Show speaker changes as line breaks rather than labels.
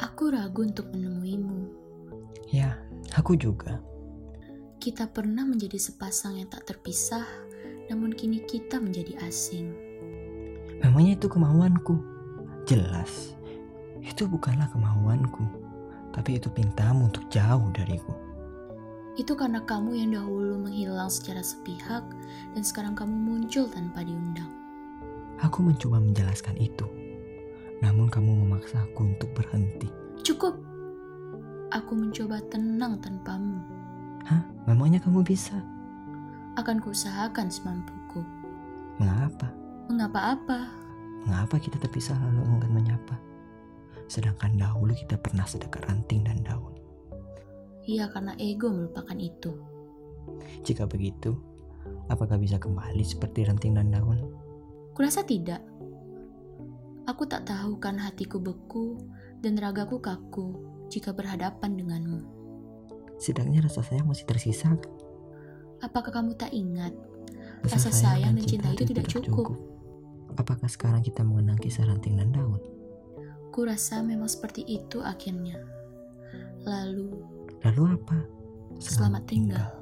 Aku ragu untuk menemuimu.
Ya, aku juga.
Kita pernah menjadi sepasang yang tak terpisah, namun kini kita menjadi asing.
Memangnya itu kemauanku? Jelas, itu bukanlah kemauanku, tapi itu pintamu untuk jauh dariku.
Itu karena kamu yang dahulu menghilang secara sepihak dan sekarang kamu muncul tanpa diundang.
Aku mencoba menjelaskan itu, namun kamu memaksaku untuk berhenti.
Cukup. Aku mencoba tenang tanpamu.
Hah? Memangnya kamu bisa?
Akan kuusahakan semampuku.
Mengapa?
Mengapa apa?
Mengapa kita terpisah lalu enggan menyapa? Sedangkan dahulu kita pernah sedekat ranting dan daun.
Ya karena ego melupakan itu.
Jika begitu, apakah bisa kembali seperti ranting dan daun?
Kurasa tidak. Aku tak tahu kan hatiku beku dan ragaku kaku jika berhadapan denganmu.
Setidaknya rasa sayang masih tersisa. kan?
Apakah kamu tak ingat? Rasa sayang dan cinta itu tidak cukup.
Apakah sekarang kita mengenang kisah ranting dan daun?
Kurasa memang seperti itu akhirnya. Lalu,
Lalu apa?
selamat tinggal.